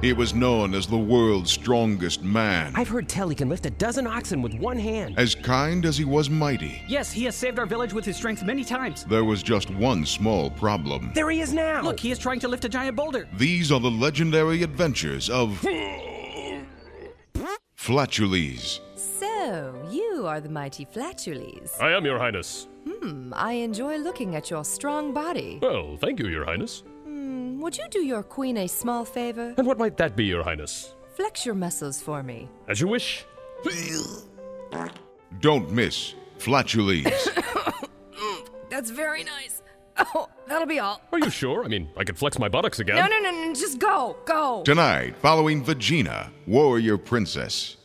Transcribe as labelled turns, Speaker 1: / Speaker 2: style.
Speaker 1: He was known as the world's strongest man.
Speaker 2: I've heard tell he can lift a dozen oxen with one hand.
Speaker 1: As kind as he was mighty,
Speaker 3: Yes, he has saved our village with his strength many times.
Speaker 1: there was just one small problem.
Speaker 2: There he is now!
Speaker 3: Look, he is trying to lift a giant boulder.
Speaker 1: These are the legendary adventures of. Flatules.
Speaker 4: So, you are the mighty Flatules.
Speaker 5: I am, Your Highness.
Speaker 4: Hmm, I enjoy looking at your strong body.
Speaker 5: Well, thank you, Your Highness.
Speaker 4: Hmm, would you do your queen a small favor?
Speaker 5: And what might that be, Your Highness?
Speaker 4: Flex your muscles for me.
Speaker 5: As you wish.
Speaker 1: Don't miss Flatules.
Speaker 4: That's very nice. Oh, that'll be all.
Speaker 5: Are you sure? I mean, I could flex my buttocks again.
Speaker 4: no, no, no, just go, go.
Speaker 1: Tonight, following Vagina, Warrior Princess.